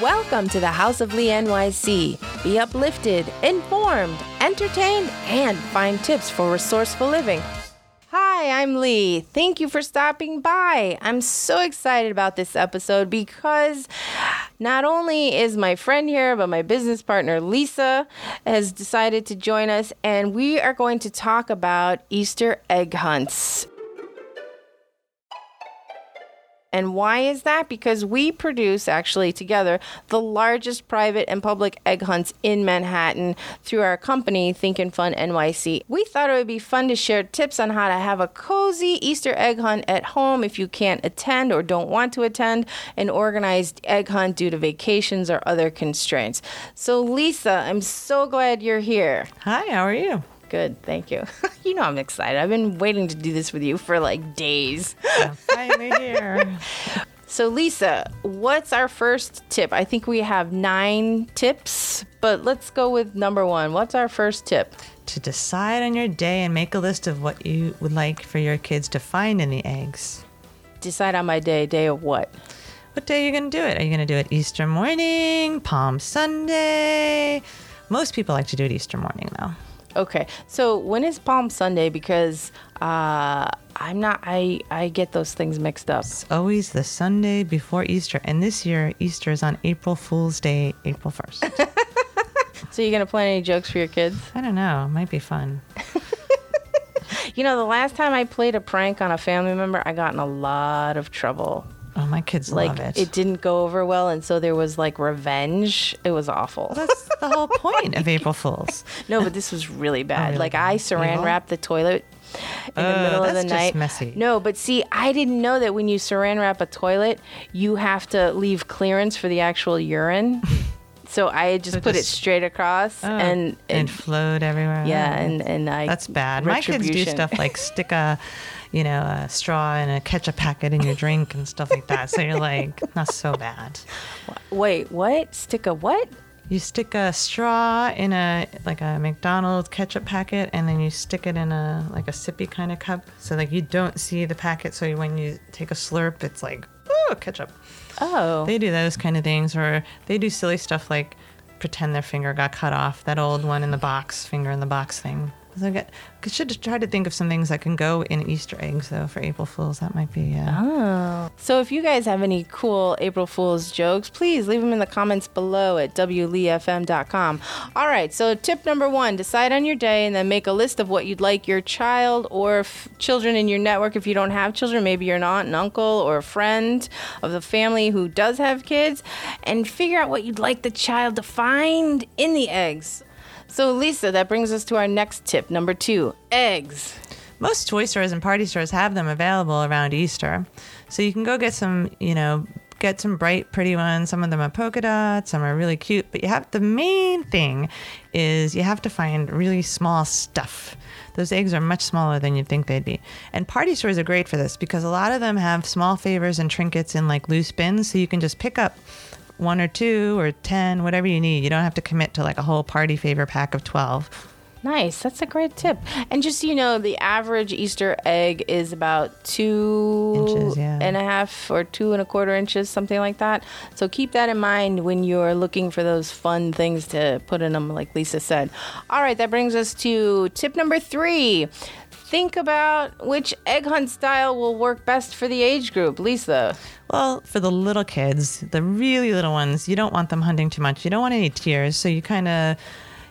Welcome to the House of Lee NYC. Be uplifted, informed, entertained, and find tips for resourceful living. Hi, I'm Lee. Thank you for stopping by. I'm so excited about this episode because not only is my friend here, but my business partner Lisa has decided to join us, and we are going to talk about Easter egg hunts. And why is that? Because we produce, actually, together, the largest private and public egg hunts in Manhattan through our company, Thinkin' Fun NYC. We thought it would be fun to share tips on how to have a cozy Easter egg hunt at home if you can't attend or don't want to attend an organized egg hunt due to vacations or other constraints. So, Lisa, I'm so glad you're here. Hi, how are you? Good, thank you. you know, I'm excited. I've been waiting to do this with you for like days. Finally here. So, Lisa, what's our first tip? I think we have nine tips, but let's go with number one. What's our first tip? to decide on your day and make a list of what you would like for your kids to find in the eggs. Decide on my day, day of what? What day are you going to do it? Are you going to do it Easter morning, Palm Sunday? Most people like to do it Easter morning, though. Okay, so when is Palm Sunday? Because uh, I'm not, I, I get those things mixed up. It's always the Sunday before Easter, and this year Easter is on April Fool's Day, April 1st. So, you going to plan any jokes for your kids? I don't know, it might be fun. You know, the last time I played a prank on a family member, I got in a lot of trouble. Oh, my kids Like, love it. it didn't go over well, and so there was like revenge. It was awful. That's the whole point of April Fools. No, but this was really bad. Oh, really like bad. I saran Evil? wrapped the toilet in the Oh, middle of that's the just night. messy. No, but see, I didn't know that when you saran wrap a toilet, you have to leave clearance for the actual urine. so I had just So put just- it straight across, Oh, and, and and flowed everywhere. yeah, and and I That's bad. My kids do retribution. stuff like stick a, you know, a straw and a ketchup packet in your drink and stuff like that. So you're like, not so bad. Wait, what? Stick a what? You stick a straw in a like a McDonald's ketchup packet, and then you stick it in a like a sippy kind of cup. So like you don't see the packet. So when you take a slurp, it's like oh ketchup. Oh, They do those kind of things, or they do silly stuff like pretend their finger got cut off. That old one in the box, finger in the box thing. I got, I should try to think of some things that can go in Easter eggs, though, for April Fools. That might be. Uh, So if you guys have any cool April Fool's jokes, please leave them in the comments below at E wleefm.com. All right, so tip number one decide on your day and then make a list of what you'd like your child or f- children in your network. If you don't have children, maybe you're an aunt and uncle or a friend of the family who does have kids, and figure out what you'd like the child to find in the eggs. So, Lisa, that brings us to our next tip, number two eggs. most toy stores and party stores have them available around Easter. So you can go get some, you know, get some bright, pretty ones. Some of them are polka dots, some are really cute. But you have the main thing is you have to find really small stuff. Those eggs are much smaller than you'd think they'd be. And party stores are great for this because a lot of them have small favors and trinkets in like loose bins. So you can just pick up one or two or 10, whatever you need. You don't have to commit to like a whole party favor pack of 12. Nice. That's a great tip. And just so you know, the average Easter egg is about two Inches, yeah. and a half or two and a quarter inches, something like that. So keep that in mind when you're looking for those fun things to put in them, like Lisa said. All right, that brings us to tip number three. Think about which egg hunt style will work best for the age group. Lisa. Well, for the little kids, the really little ones, you don't want them hunting too much. You don't want any tears, so you kind of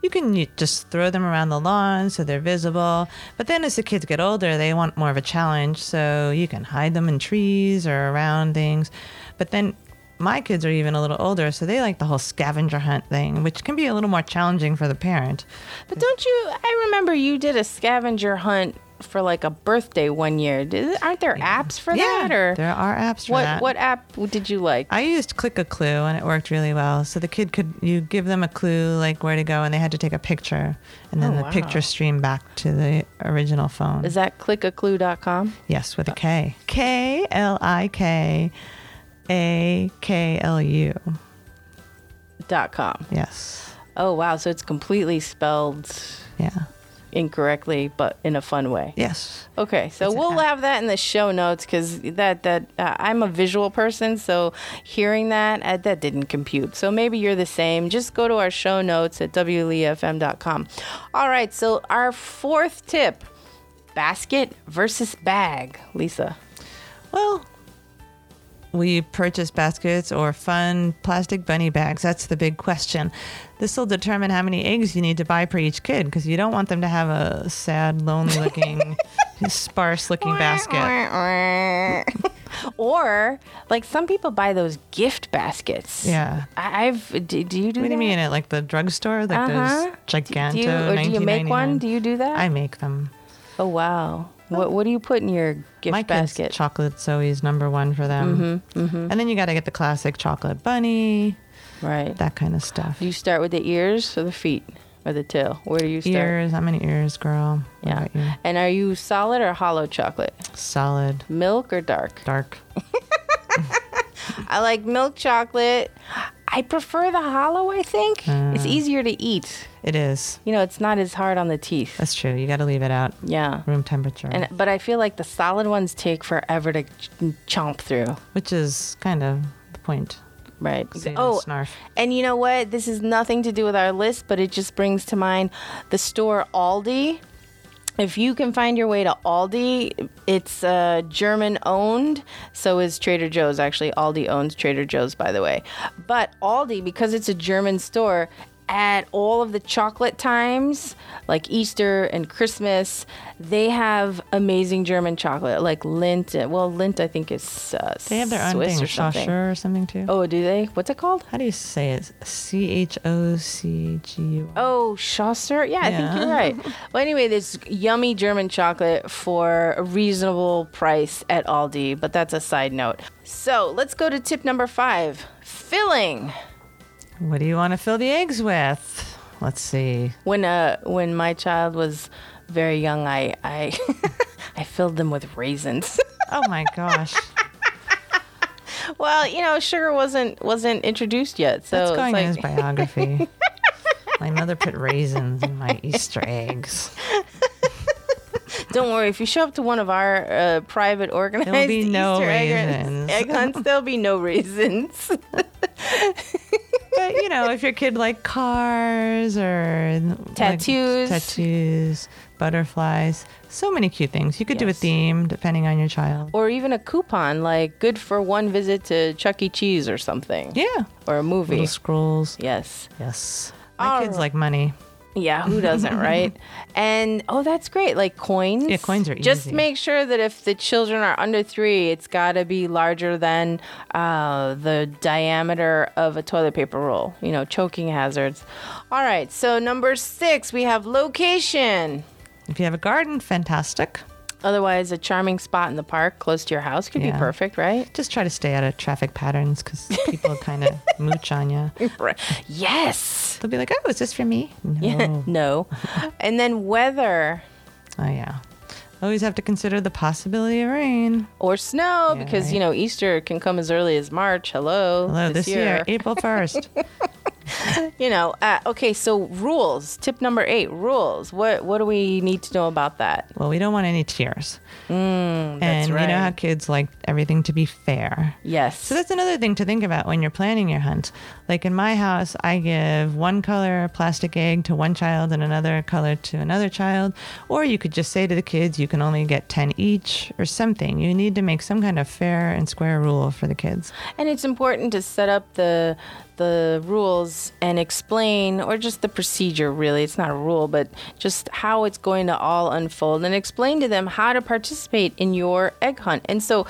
you can you just throw them around the lawn so they're visible. But then as the kids get older, they want more of a challenge, so you can hide them in trees or around things. But then my kids are even a little older, so they like the whole scavenger hunt thing, which can be a little more challenging for the parent. But don't you? I remember you did a scavenger hunt for like a birthday one year. Did, aren't there apps for that? Or there are apps for What that. what app did you like? I used Click a Clue and it worked really well. So the kid could you give them a clue like where to go and they had to take a picture and then Oh, the wow. picture streamed back to the original phone. Is Uh, that clickaclue.com? yes, with a K. K L I K A K L U. Dot com. Yes. Oh wow, so it's completely spelled Yeah. incorrectly, but in a fun way. Yes. Okay, so It's an we'll app. have that in the show notes because that that uh, I'm a visual person, so hearing that uh, that didn't compute. So maybe you're the same. Just go to our show notes at E wlefm.com. All right, so our fourth tip: basket versus bag. Lisa, Well, we purchase baskets or fun plastic bunny bags. That's the big question. This will determine how many eggs you need to buy for each kid because you don't want them to have a sad, lonely looking, sparse looking basket. or like some people buy those gift baskets. Yeah. I- I've. Do, do you do? What do that? you mean at like the drugstore? Like Uh-huh. those giganto Do you, or do you make one? 1999? Do you do that? I make them. Oh wow! What what do you put in your gift Mm-hmm, My basket? kids, chocolate Zoe's number one for them. And then you got to get the classic chocolate bunny, right. that kind of stuff. do you start with the ears or the feet or the tail? Where do you start? Ears, I'm an ears girl. What Yeah. about you? And are you solid or hollow chocolate? Solid, Milk or dark? dark. I like milk chocolate. I prefer the hollow. I think it's Ah. easier to eat. It is. You know, it's not as hard on the teeth. That's true. You got to leave it out Yeah. room temperature, And but I feel like the solid ones take forever to ch- chomp through. which is kind of the point. Right. So you don't oh, snarf. And you know what? This is nothing to do with our list, but it just brings to mind the store Aldi. If you can find your way to Aldi, it's uh, German owned. So is Trader Joe's. Actually, Aldi owns Trader Joe's, by the way. But Aldi, because it's a German store, at all of the chocolate times, like Easter and Christmas, they have amazing German chocolate, like Lindt. Well, Lindt, I think is uh, They have their own Swiss thing, or something. Chaucher or something too. Oh, do they? What's it called? How do you say it? C H O C G U. R. Oh, Chaucer? Yeah, I think you're Yeah. right. Well, anyway, this yummy German chocolate for a reasonable price at Aldi, but that's a side note. So let's go to tip number five filling. What do you want to fill the eggs with? Let's see. When, uh, when my child was very young, I, I, I filled them with raisins. Oh my gosh. well, you know, sugar wasn't wasn't introduced yet, so That's it's going like, in his biography. My mother put raisins in my Easter eggs. Don't worry. If you show up to one of our uh, private organized be no Easter egg- raisins. egg hunts, there'll be no raisins. But you know, if your kid liked cars or like, Tattoos. tattoos, butterflies, so many cute things. You could do a Yes. theme depending on your child. or even a coupon, like good for one visit to Chuck E. Cheese or something, Yeah. or a movie. Little scrolls. Yes. Yes. My All kids right. like money. Yeah, who doesn't, right? And oh, that's great. Like coins. Yeah, coins are Just easy. make sure that if the children are under three, it's got to be larger than uh, the diameter of a toilet paper roll. You know, choking hazards. All right. So number six, we have location. If you have a garden, fantastic. Otherwise, a charming spot in the park close to your house could be Yeah. perfect, right? Just try to stay out of traffic patterns because people kind of mooch on you. Right. yes. They'll be like, "Oh, is this for me?" No. no. And then weather Oh yeah. Always have to consider the possibility of rain. or snow Yeah, because, right. you know, Easter can come as early as March. Hello. Hello, this, year, April first. You know, uh, okay, so rules. Tip number eight rules. What, what do we need to know about that? well, we don't want any tears. Mm, that's and you know how right. kids like everything to be fair. Yes. So that's another thing to think about when you're planning your hunt. Like in my house, I give one color plastic egg to one child and another color to another child. Or you could just say to the kids, you can only get 10 each or something. You need to make some kind of fair and square rule for the kids. And it's important to set up the the rules and explain or just the procedure really it's not a rule but just how it's going to all unfold and explain to them how to participate in your egg hunt and so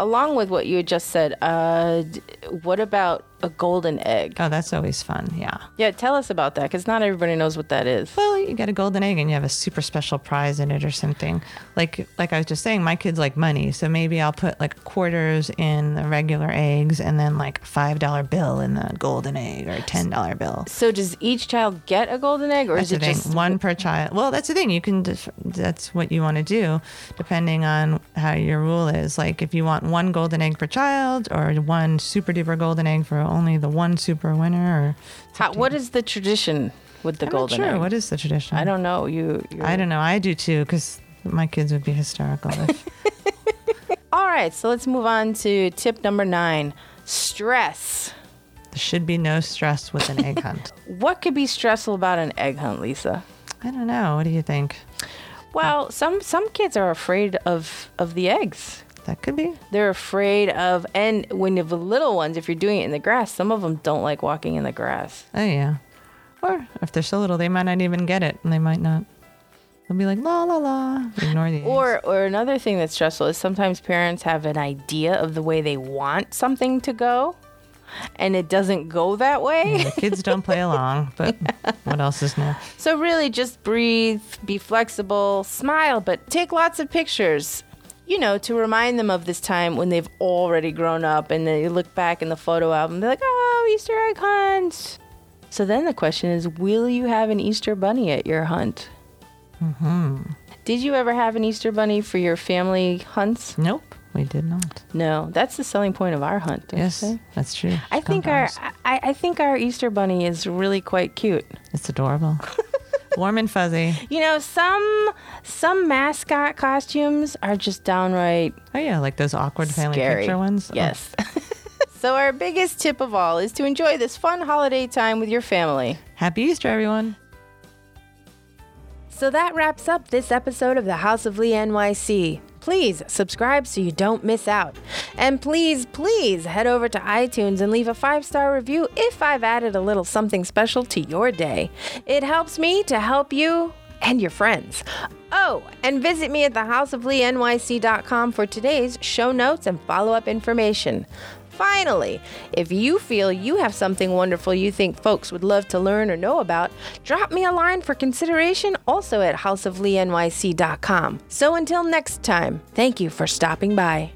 along with what you had just said uh, d- what about a golden egg Oh, that's always fun. Yeah. yeah tell us about that because not everybody knows what that is Well, you get a golden egg and you have a super special prize in it or something. Like like I was just saying, my kids like money, so maybe I'll put like quarters in the regular eggs and then like five dollar bill in the golden egg or ten dollar bill. so does each child get a golden egg or That's is it the thing. just one per child? Well, that's the thing. You can. Def- that's what you want to do, depending on how your rule is. Like, if you want one golden egg per child, or one super duper golden egg for only the one super winner? Or How, what is the tradition with the I'm golden not sure. egg? What is the tradition? I don't know. You. You're... I don't know. I do too, because my kids would be hysterical. If, All right, so let's move on to tip number nine: stress. there should be no stress with an egg hunt. What could be stressful about an egg hunt, Lisa? I don't know. What do you think? Well, some some kids are afraid of of the eggs. That could be. They're afraid of, and when you have little ones, if you're doing it in the grass, some of them don't like walking in the grass. Oh yeah. Or if they're so little, they might not even get it, and they might not. They'll be like la la la, ignore the eggs. Or, or another thing that's stressful is sometimes parents have an idea of the way they want something to go, and it doesn't go that way. the kids don't play along. But what else is new? So really, just breathe, be flexible, smile, but take lots of pictures. You know, to remind them of this time when they've already grown up, and then you look back in the photo album, they're like, "Oh, Easter egg hunt." So then the question is, will you have an Easter bunny at your hunt? Mm-hmm. Did you ever have an Easter bunny for your family hunts? Nope, we did not. No, that's the selling point of our hunt. don't you Yes, think? that's true. I Come think to our ours. I, I think our Easter bunny is really quite cute. it's adorable, warm and fuzzy. You know, some some mascot costumes are just downright Oh yeah, like those awkward family scary. picture ones. Oh, Yes. so our biggest tip of all is to enjoy this fun holiday time with your family. Happy Easter, everyone. So that wraps up this episode of the House of Lee NYC. Please subscribe so you don't miss out. And please, please head over to iTunes and leave a five star review if I've added a little something special to your day. It helps me to help you and your friends. Oh, and visit me at thehouseofleenyc.com for today's show notes and follow up information. Finally, if you feel you have something wonderful you think folks would love to learn or know about, drop me a line for consideration also at houseofleenyc.com. So until next time, thank you for stopping by.